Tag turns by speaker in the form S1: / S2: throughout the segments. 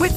S1: With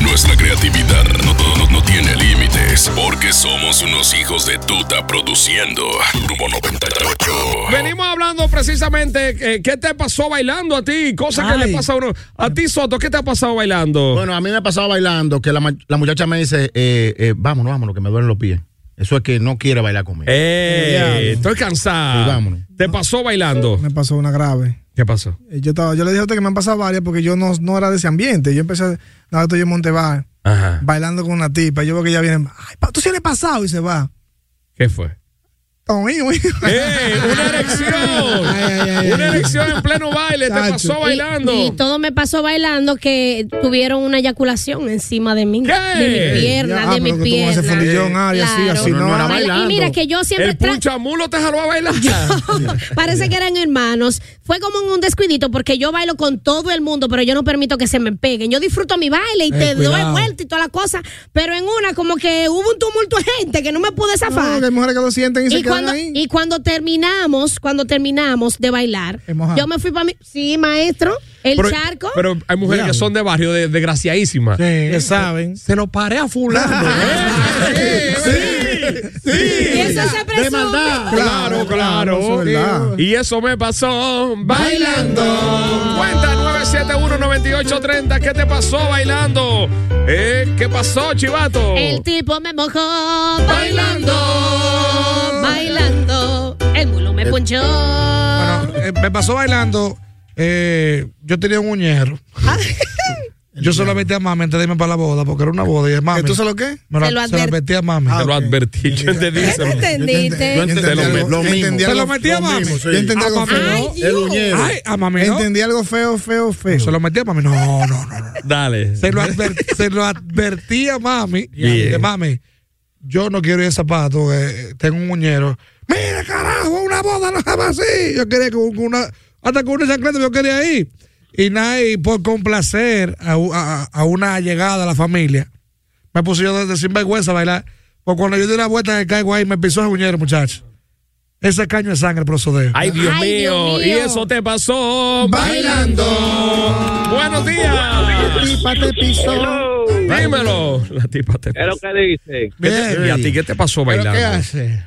S2: Nuestra creatividad no, no- no tiene límites porque somos unos hijos de tuta produciendo Rumbo 98.
S3: Venimos hablando precisamente eh, qué te pasó bailando a ti, cosas que
S4: Ay.
S3: le pasa a uno. A ti, Soto, ¿qué te ha pasado bailando?
S4: Bueno, a mí me ha pasado bailando que la, ma- la muchacha me dice, eh, eh, vámonos, vámonos, que me duelen los pies. Eso es que no quiere bailar conmigo.
S3: Eh, estoy cansado.
S4: Sí, vámonos.
S3: ¿Te pasó bailando?
S5: Me pasó una grave.
S3: ¿Qué pasó?
S5: Eh, Yo, estaba, yo le dije a usted que me han pasado varias porque yo no, no era de ese ambiente. Yo empecé, nada, estoy en Montebar,
S3: Ajá.
S5: bailando con una tipa. Yo veo que ella viene, ay, pa- tú sí le has pasado y se va.
S3: ¿Qué fue?
S5: Oh, mío, mío.
S3: ¡Eh! ¡Una erección!
S5: Ay, ay, ay,
S3: ¡Una
S5: ay.
S3: erección en pleno baile! ¿Te
S5: Chacho.
S3: pasó bailando?
S6: Y, y todo me pasó bailando que tuvieron una eyaculación encima de mí.
S3: ¿Qué?
S6: De mi pierna,
S5: Ya,
S6: de mi
S5: pero que tú con ese
S6: pierna.
S5: fundillón, ay, así,
S6: Claro.
S5: así, no.
S4: No era
S6: Baila-
S4: bailando.
S6: Y mira que yo siempre
S3: El
S6: tra-
S3: punchamulo te jaló a bailar.
S6: parece que eran hermanos. Fue como un descuidito porque yo bailo con todo el mundo, pero yo no permito que se me peguen. Yo disfruto mi baile y te doy
S5: Eh, cuidado.
S6: vuelta y toda la cosa, pero en una como que hubo un tumulto de gente que no me pude
S5: No,
S6: zafar.
S5: que hay mujeres que lo sienten y, se
S6: Y
S5: quedan
S6: cuando,
S5: ahí.
S6: y cuando terminamos, cuando terminamos de bailar,
S5: Es mojado.
S6: yo me fui para mi. Sí, maestro, el
S3: Pero-
S6: charco.
S3: Pero hay mujeres que son de barrio, de- desgraciadísimas.
S5: que saben.
S3: Se lo paré a fulano. ¿eh? Sí, sí,
S6: Y eso se presume.
S3: Claro, claro.
S5: Eso es verdad.
S3: Y eso me pasó bailando. Cuenta 971-9830. ¿Qué te pasó bailando? ¿Eh? ¿Qué pasó, chivato?
S6: El tipo me mojó
S3: Bailando.
S6: bailando. El mulo me ponchó.
S5: Ah,
S7: Eh, me pasó bailando. eh, yo tenía un uñero. yo se lo advertí a mami antes de irme para la boda, porque era una boda. Y dije, mami,
S5: ¿Que tú sabes lo que?
S7: me lo,
S6: Se lo
S7: se lo
S6: adver-
S7: advertí a mami.
S3: Te lo advertí. Yo entendí.
S6: ¿Qué no entendiste?
S4: Yo entendí
S3: lo
S4: algo-
S3: met-
S4: lo
S5: yo
S4: mismo.
S5: entendí
S7: Se
S5: algo-
S7: lo metí a
S4: lo
S7: mami.
S4: mismo, sí.
S5: Yo entendí
S7: Ah,
S5: algo
S7: papi,
S5: feo.
S6: Ay,
S4: El
S6: Dios.
S4: uñero.
S7: Ay, a mami no.
S5: Entendí algo feo, feo, feo.
S7: Se lo metí a mami. No, no, no. no.
S3: Dale.
S7: Se, lo adver- se lo advertí a mami.
S3: Bien.
S7: que, mami, yo no quiero ir de zapato. eh, tengo un uñero. Mira, carajo, una boda no estaba así. Yo quería que un- una. Hasta con una chancleta yo quería ir. Y nada, y por complacer a, u- a- a una llegada a la familia, me puse yo de, de sinvergüenza a bailar. Porque cuando yo di la vuelta que caigo ahí, me pisó el uñero, muchacho. Ese caño de sangre, procede.
S3: Ay, Dios,
S6: Ay, Dios
S3: mío.
S6: mío.
S3: Y eso te pasó bailando. Buenos días.
S5: Tipa te pisó.
S3: Dímelo. La tipa te
S8: Es lo que dicen.
S3: ¿Qué te- ¿Y a ti qué te pasó bailando?
S7: ¿Qué hace?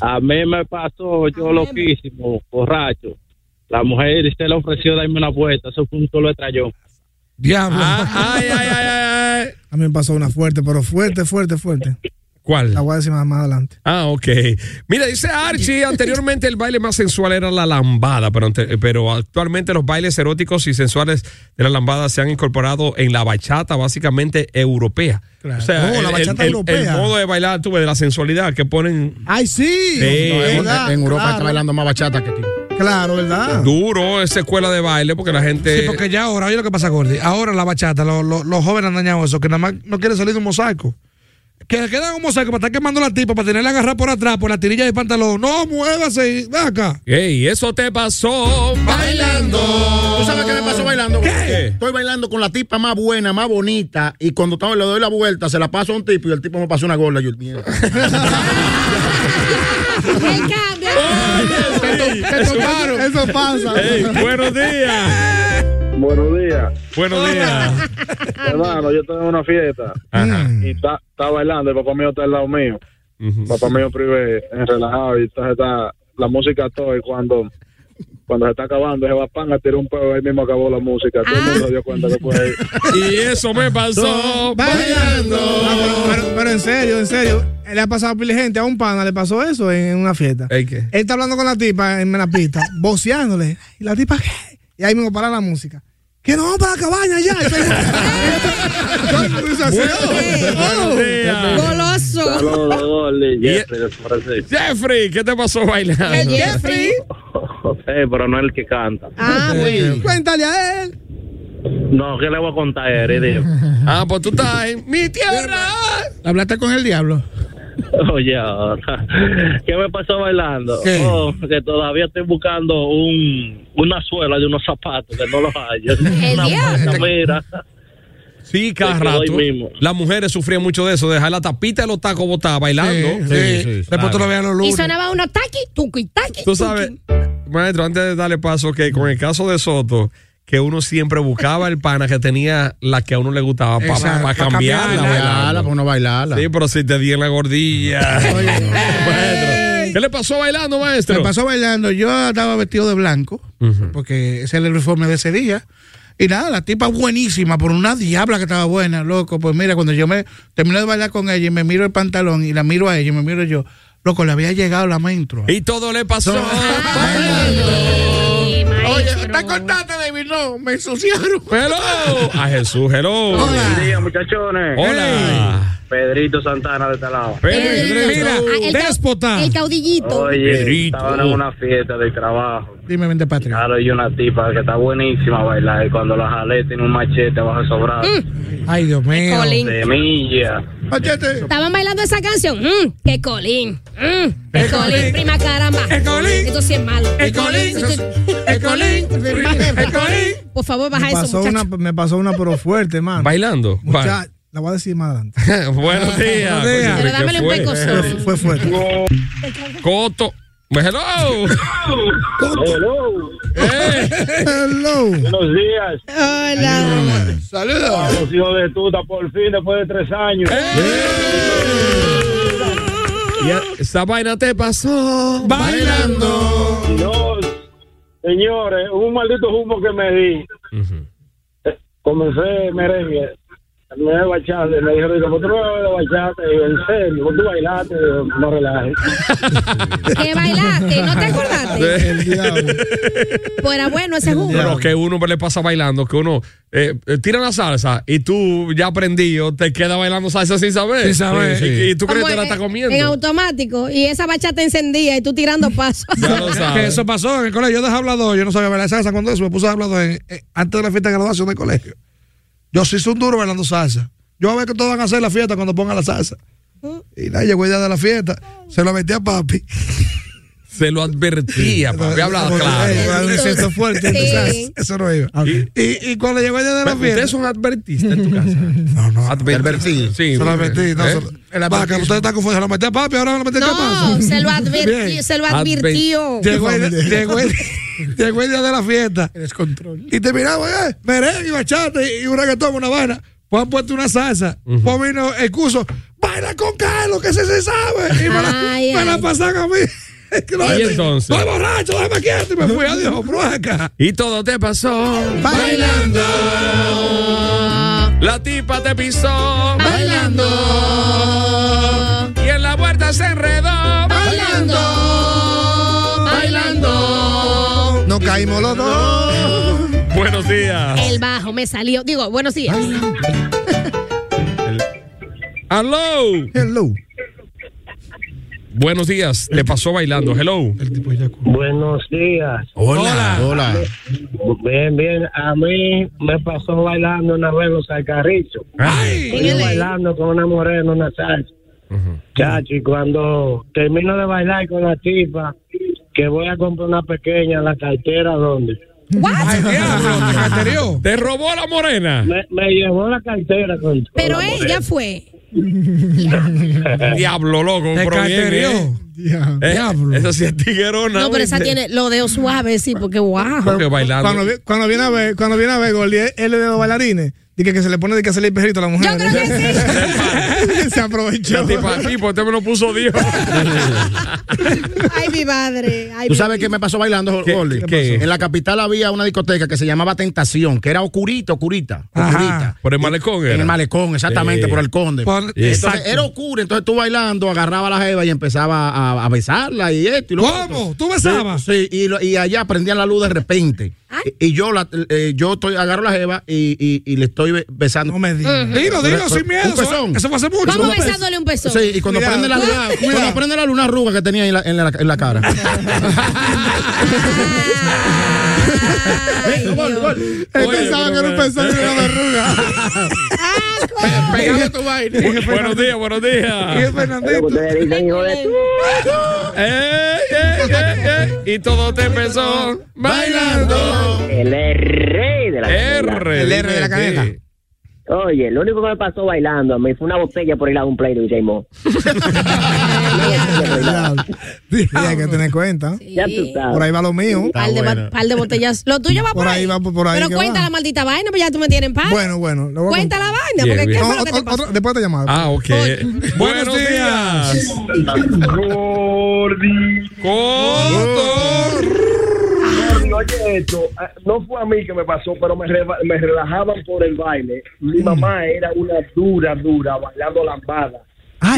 S8: A mí me pasó, yo loquísimo, borracho. La mujer se le ofreció darme una vuelta, eso fue un solo estrellón.
S7: Diablo.
S3: Ah, ay, ay, ay, ay, ay.
S5: A mí me pasó una fuerte, pero fuerte, fuerte, fuerte.
S3: ¿Cuál?
S5: La voy a decir más, más adelante.
S3: Ah, ok. Mira, dice Archie, anteriormente el baile más sensual era la lambada, pero, ante- pero actualmente los bailes eróticos y sensuales de la lambada se han incorporado en la bachata básicamente europea. O sea,
S5: Oh, la
S3: el- el-
S5: bachata
S3: el,
S5: europea.
S3: el modo de bailar, tú ves, de la sensualidad que ponen
S5: ¡Ay, sí!
S3: Sí.
S4: No, en,
S5: ¿Verdad?
S4: en Europa está
S5: claro,
S4: bailando más bachata que aquí.
S5: Claro, ¿verdad?
S3: duro esa escuela de baile porque la gente...
S7: Sí, porque ya ahora, oye lo que pasa, Gordy. Ahora la bachata, lo- lo- los jóvenes han dañado eso, que nada más no quieren salir de un mosaico. Que le quedan un mosaico para estar quemando la tipa, para tenerla agarrada por atrás, por la tirilla del pantalón. No, muévase y ven acá.
S3: Ey, eso te pasó bailando.
S4: ¿Tú sabes qué me pasó bailando?
S3: ¿Qué?
S4: Estoy bailando con la tipa más buena, más bonita. Y cuando estaba- le doy la vuelta, se la paso a un tipo y el tipo me pasó una gorda. Yo, mierda.
S6: El cambio.
S3: Eso paro.
S5: Eso pasa.
S3: Ey, buenos días.
S8: Buenos días.
S3: Buenos días.
S8: Hermano, yo estaba en una fiesta
S3: Ajá.
S8: y está está bailando, el papá mío está al lado mío.
S3: Ujú.
S8: Papá mío privé, eh, relajado y entonces está la música todo y cuando
S9: Cuando se está acabando, se va pan a tirar un pedo, ahí mismo acabó la música. Todo el
S3: Ah.
S9: mundo se dio cuenta que fue ahí.
S3: Y eso me pasó
S10: bailando. Ah, pero, pero en serio, en serio. Le ha pasado a pila de gente, a un pana le pasó eso en, en una fiesta. Él está hablando con la tipa en la pista, voceándole. ¿Y la tipa qué? Y ahí mismo para la música. Que nos vamos para la cabaña ya. Todo el mundo hizo así. Oh.
S3: Buenos días.
S9: Saludos, Oli, Jeffrey, de San Francisco.
S3: Jeffrey, ¿qué te pasó bailando?
S9: El Jeffrey. Eh, pero no el que canta.
S10: Ah, güey. Cuéntale a él.
S9: No, ¿qué le voy a contar, Heredio?
S3: Ah, pues tú estás en mi tierra.
S5: Hablaste con el diablo.
S9: Oye, ahora, ¿qué me pasó bailando?
S5: ¿Qué?
S9: Oh, que todavía estoy buscando un, una suela de unos zapatos que no los hallo. una
S6: diablo.
S9: marca, mira.
S3: Sí, cada
S9: Se quedó ahí
S3: rato.
S9: mismo.
S3: Las mujeres sufrían mucho de eso, de dejar la tapita de los tacos botada bailando.
S5: Sí, sí, sí. Después tú lo veías los
S6: Y
S3: lunes.
S6: sonaba uno taqui, tuqui, taqui.
S3: Tú sabes, maestro, antes de darle paso, que con el caso de Soto, que uno siempre buscaba el pana que tenía la que a uno le gustaba para
S11: Exacto, pa'
S3: cambiarla.
S11: cambiarla,
S3: bailando.
S11: para uno bailarla.
S3: Sí, pero si te di en la gordilla. Maestro, ¿Qué le pasó bailando, maestro?
S5: Me pasó bailando. Yo estaba vestido de blanco, porque ese era el uniforme de ese día. Y nada, la tipa buenísima, por una diabla que estaba buena, loco. Pues mira, cuando yo me terminé de bailar con ella y me miro el pantalón y la miro a ella y me miro yo, loco, le había llegado la menstrua.
S3: Y todo le pasó.
S5: Oye, está cortante, David, no, me ensuciaron.
S3: Hello. A Jesús, hello.
S9: Buen día, muchachones.
S3: Hola.
S9: Pedrito Santana de este lado.
S3: Pedrito.
S5: Mira,
S6: Ah, el, cau-
S5: déspota.
S6: el caudillito.
S9: Oye,
S3: Pedrito.
S9: estaban en una fiesta de trabajo.
S5: Dime, vente, Patria.
S9: Claro, y una tipa que está buenísima a bailar. Y cuando la jalé, tiene un machete bajo esos brazos.
S5: Mm. Ay, Dios mío.
S6: Colín.
S9: De milla.
S5: Machete.
S6: Estaban bailando esa canción. Mm, que colín. Mm, que
S5: Que
S6: colín,
S5: colín.
S6: prima caramba.
S5: Que colín.
S6: Esto sí es malo.
S5: Que colín. Que colín. Que colín.
S6: Por favor,
S10: Me
S6: baja eso,
S10: pasó, una,
S6: muchacho.
S10: me pasó una, pero fuerte, man.
S3: Bailando.
S10: Mucha- la voy a decir más adelante. Buenos
S3: Buenos días.
S10: días.
S3: Coño,
S6: Pero
S3: ¿qué
S6: dámele un
S3: fue?
S10: Pero
S6: pecozón.
S10: fu- fue fuerte.
S3: Coto. Pues, Hello.
S9: Hello.
S3: Eh.
S10: Hello.
S9: Buenos días.
S6: Hola.
S5: Saludos.
S9: Los hijos de tuta, por fin, después de tres años.
S3: Ya, Esa vaina te pasó.
S5: Bailando.
S9: Dios, señores, un maldito humo que me di. Eh, Comencé merengue, me de bachata, y me dijeron, "Digo, ¿por qué no bailas bachata? Y yo, en serio, ¿por qué tú bailaste? Y yo, no relajes.
S6: Que bailaste, ¿no te acordaste?
S10: El diablo.
S6: Fuera bueno ese jugo.
S3: Pero que uno le pasa bailando, que uno eh, eh, tira la salsa y tú ya aprendido, te queda bailando salsa sin saber.
S5: Sin saber.
S3: Sí, sí. Y, y tú crees que
S6: Como
S3: te la
S6: en-
S3: estás comiendo.
S6: En automático. Y esa bachata encendía y tú tirando pasos.
S3: Ya lo
S5: Que
S3: sabes.
S5: eso pasó en el colegio. Yo dejé hablador, yo no sabía bailar salsa cuando eso. Me puse a hablador en- en- antes de la fiesta de graduación del colegio. Yo sí hice un duro bailando salsa. Yo a ver que todos van a hacer la fiesta cuando pongan la salsa. Y nada, llegó el día de la fiesta. Se lo metí a papi.
S3: Se lo advertía, papi. Hablaba
S5: Porque, eh,
S3: claro.
S5: era un incesto fuerte.
S6: Sí.
S5: entonces, eso no iba. Y, y cuando llegó el día de la fiesta.
S3: Ustedes son advertistas en tu casa.
S5: No, no.
S3: Advertido. Sí.
S5: Se lo metí. No,
S3: ¿Eh?
S5: se lo- Vaca, usted está confuso. Se lo metí a papi, ahora se lo metí a papi.
S6: No, se lo advirtió.
S5: Bien.
S6: Se lo advirtió.
S5: Llegó el, llegó el- llegó el día de la fiesta. Y te miraba, eh, merengue, y bachata y y un reggaetón, una vaina. Pues han puesto una salsa. Pues vino el curso, baila con Carlos, que se, se sabe. Y me la,
S6: Ay,
S5: me la
S6: ay.
S5: pasaron a mí. Que no,
S3: ¿Y
S5: estoy-
S3: entonces?
S5: Estoy borracho, déjame quieto. Y me fui, adiós, bro, acá.
S3: Y todo te pasó.
S5: Bailando.
S3: La tipa te pisó.
S6: Bailando.
S3: Y en la puerta se enredó.
S6: Bailando. Bailando.
S5: Nos caímos los dos.
S3: Buenos días.
S6: El bajo me salió. Digo, buenos días.
S3: Hello.
S10: Hello.
S3: Buenos días. Le pasó bailando. Hello.
S9: Buenos días.
S11: Hola. Hola.
S9: Bien, bien. A mí me pasó bailando una vez los alcarrizos.
S3: Ay.
S9: Estoy bailando con una morena, una salsa. Chacho, y cuando termino de bailar con la tipa, que voy a comprar una pequeña, la cartera, ¿dónde?
S5: Ay, diablo, te caterió.
S3: Te robó la morena.
S9: Me, me llevó la cartera con
S6: Pero
S9: con la
S6: ella fue.
S3: Diablo, loco.
S5: Te
S3: pero bien, ¿eh?
S5: caterió.
S10: Diablo.
S3: Eh,
S5: Diablo.
S3: Esa sí es tiguerona.
S6: No, pero esa
S3: ¿viste?
S6: tiene los dedos suaves, sí, porque wow.
S3: Porque bailando.
S10: Cuando, vi- cuando viene a ver, cuando viene a ver, Goldie, él es de los bailarines.
S5: de que, que se le pone de que hacerle el perrito a la mujer. Yo creo que sí. se aprovechó.
S3: La tipa, tipo, usted me lo puso Dios.
S6: Ay, mi madre. Ay,
S4: ¿Tú
S6: mi
S4: sabes qué me pasó bailando,
S3: ¿Qué-
S4: Jorge?
S3: qué pasó?
S4: En la capital había una discoteca que se llamaba Tentación, que era Ocurita, Ocurita, Ocurita.
S3: Por el malecón era.
S4: En el malecón, exactamente, por el conde. Entonces era oscuro, entonces tú bailando, agarraba la jeva y empezaba a, a besarla y esto y lo
S7: ¿Cómo?
S4: otro.
S7: ¿Tú besabas?
S4: Sí, sí, y, lo- y allá prendían la luz de repente. Y, y yo la, eh, yo estoy, agarro la jeva y, y- y le estoy be- besando. No me
S7: digas. Dilo, dilo, sin miedo, eso- eso fue hace mucho. Vamos besándole un
S6: pezón.
S4: Sí, y cuando
S7: Cuidado,
S4: prende la luz,
S7: cuidado,
S4: cuando
S7: cuidado.
S4: prende la luz, una arruga que tenía en la, en la- en la cara.
S6: Ah.
S4: Ven, gol, gol.
S5: Él pensaba que era un pezón y era una verruga.
S4: eh.
S3: Pegame tu vaina. Buenos días, buenos días. Ey, ey, ey, ey. Y todo te empezó bailando.
S12: El R de la
S7: Eh.
S3: R, El R de la caneta.
S12: Oye, lo único que me pasó bailando a mí fue una botella por ir a un play de DJ Mo.
S5: Sí, hay que tener cuenta.
S12: Ya tú sabes.
S5: Por ahí va lo mío.
S6: Par de, bo- par de botellas. Lo tuyo va por,
S5: Por ahí va, por ahí
S6: Pero
S5: que
S6: cuenta
S5: va.
S6: la maldita vaina, pues ya tú me tienes en paz.
S5: Bueno, bueno. lo voy a
S6: Cuenta
S5: contar.
S6: la vaina, Bien, porque ¿qué bien. fue lo que te
S5: Ot- ot- otro- después te llamaba.
S3: Ah, ok. Buenos días.
S13: Gordi. Gordi, Oye, esto ah, no fue a mí que me pasó, pero me, reba- me relajaban por el baile. Mi mamá era una dura, dura, bailando lambada.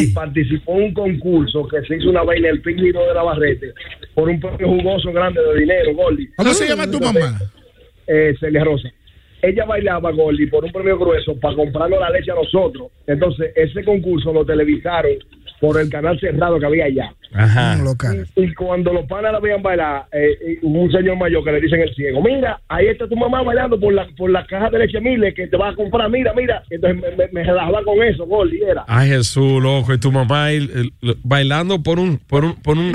S13: Y participó en un concurso que se hizo una vaina en el pingüino de la Barrete por un premio jugoso grande de dinero, Gordi.
S4: ¿Cómo se llama tu mamá?
S13: Eh, Celia Rosa. Ella bailaba, Gordi, por un premio grueso para comprarnos la leche a nosotros. Entonces, ese concurso lo televisaron por el canal cerrado que había allá.
S3: Ajá.
S13: Y cuando los panas la veían bailar, eh, y hubo un señor mayor que le dicen el ciego, mira, ahí está tu mamá bailando por la, por la caja de leche mile que te vas a comprar, mira, mira. Entonces me, me, me relajaba con eso, gol, y era.
S3: Ay, Jesús, loco. Y tu mamá el- el- lo- bailando por un. Por un, por un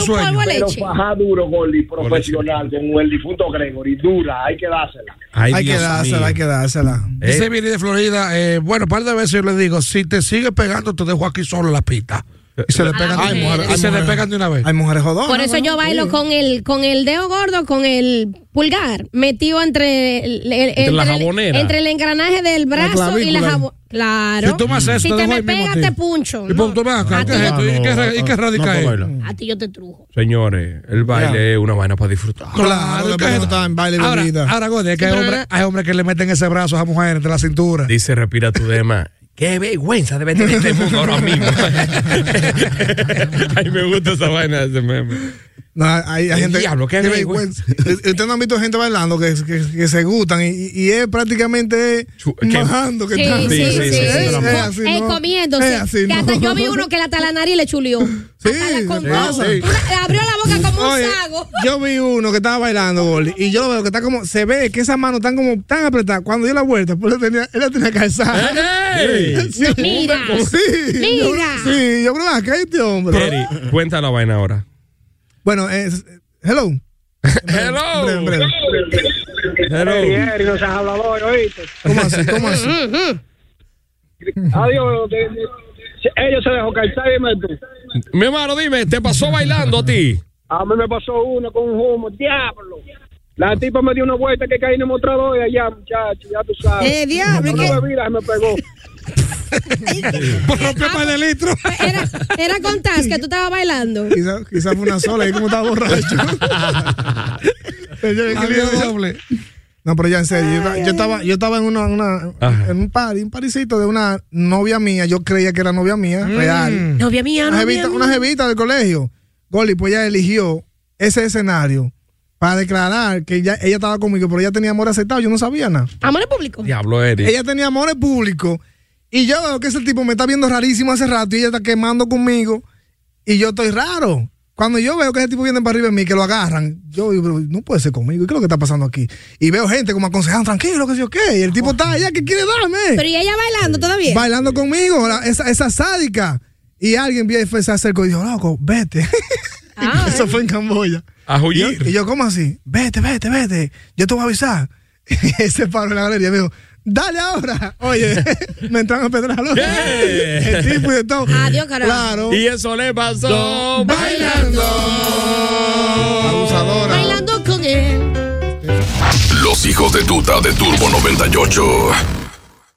S3: sueño.
S13: Pero faja duro, Gordy, profesional, con el difunto Gregory, dura, hay que dársela.
S3: Ay,
S5: hay que
S3: Dios
S5: dársela,
S3: mío. Eh,
S5: hay que dársela.
S7: Dice Billy de Florida, eh, bueno, un par de veces yo le digo, si te sigues pegando, te dejo aquí solo en la pista.
S3: eh,
S7: Y se le
S5: A
S7: pegan,
S5: las
S7: de-
S5: mujeres.
S7: y
S5: Hay
S7: se le
S5: mujeres.
S7: pegan de una vez.
S5: Hay mujeres jodonas.
S6: Por eso yo bailo con el con el dedo gordo, con el pulgar, metido entre el, el-
S7: la
S6: el-
S7: jabonera.
S6: entre el engranaje del brazo y la
S7: clavícula.
S6: jabonera. Claro.
S7: Si tú me haces eso,
S6: Si
S7: te
S6: te
S7: dejo
S6: me
S7: ahí mismo
S6: pegas,
S7: a ti.
S6: te puncho.
S7: Y pon- toma acá, ¿qué es esto? ¿Y qué re- y qué radica esto?
S6: A ti yo te trujo.
S3: Señores, el baile es una vaina para disfrutar.
S7: Claro, que en baile
S3: de
S7: ahora,
S3: vida.
S7: ahora, Gordy, es que hay hombres, hay hombres que le meten ese brazo a esas mujeres entre la cintura.
S3: Dice, respira tu dema. Qué vergüenza debe tener este mundo ahora mismo. Ay, me gusta esa vaina de ese meme.
S5: No, hay, hay
S3: El
S5: gente.
S3: diablo, qué vergüenza.
S5: Ustedes no han visto gente bailando que, que, que se gustan y, y es prácticamente bajando que
S6: Sí,
S5: están.
S6: sí, sí, sí.
S5: Es
S6: Co-
S5: así,
S6: eh,
S5: ¿no?
S6: comiéndose.
S5: Es así,
S6: Que hasta
S5: ¿no?
S6: yo vi uno que la hasta la nariz le chulió. Hasta la con-
S5: sí.
S6: Una- eh, abrió la boca como
S5: Oye,
S6: un sago.
S5: Yo vi uno que estaba bailando, Gordy, y yo lo veo que está como, se ve que esas manos están como tan apretadas. Cuando dio la vuelta, pues él tenía, él la tenía calzada.
S3: Eh, ¡Ey!
S5: Sí.
S3: Mira.
S5: Sí,
S3: Mira.
S5: Yo, sí, yo creo que acá hay este hombre.
S3: Eri, cuenta la vaina ahora.
S5: Bueno, es- hello.
S3: Hello.
S5: Breve, breve.
S14: Eri, Eri, no seas hablador, ¿oíste?
S5: ¿Cómo así? ¿Cómo así?
S14: Adiós. de- de- ellos se dejó calzar, dime tú.
S3: Mi hermano, dime, ¿te pasó bailando a ti?
S14: A mí me pasó uno con un humo, diablo. La tipa me dio una vuelta que caí en el mostrador y allá, muchacho, ya tú sabes.
S6: Eh, diablo,
S14: Una
S6: ¿qué?
S14: bebida se me pegó.
S7: Por romper par de litros.
S6: Era, Ah, era con Taz que tú estabas bailando.
S5: Quizás fue una sola, y como estaba borracho. Yo- yo-
S7: Había
S5: yo-
S7: doble.
S5: No, pero ya en serio, yo, estaba- yo estaba, yo estaba en una, una- en un party, un paricito de una novia mía, yo creía que era novia mía, real.
S6: Novia mía,
S5: Una
S6: Mm. novia
S5: jevita,
S6: mía.
S5: una jevita del colegio. Goli, pues ella eligió ese escenario para declarar que ella, ella estaba conmigo, pero ella tenía amor aceptado, yo no sabía nada.
S6: Amor público.
S3: Diablo, Eri.
S5: Ella tenía amores públicos. Y yo veo que ese tipo me está viendo rarísimo hace rato y ella está quemando conmigo. Y yo estoy raro. Cuando yo veo que ese tipo viene para arriba de mí, que lo agarran, yo digo, "Pero no puede ser conmigo. ¿Y ¿Qué es lo que está pasando aquí? Y veo gente como aconsejando, tranquilo, que sé yo qué. Y el tipo está allá, que quiere darme?
S6: Pero y ella bailando todavía.
S5: Bailando conmigo, la- esa, esa sádica. Y alguien vio y se acercó y dijo, loco, vete. Eso fue en Camboya.
S3: Ajullante.
S5: Y, y yo, ¿cómo así? Vete, vete, vete. Yo te voy a avisar. Y ese paro en la galería me dijo, dale ahora. Oye, me entraron a pedrarlo.
S3: ¿Qué?
S5: El tipo y de todo.
S6: Adiós, carajo.
S5: Claro.
S3: Y eso le pasó
S6: Bailando con él.
S2: Los hijos de tuta de Turbo 98.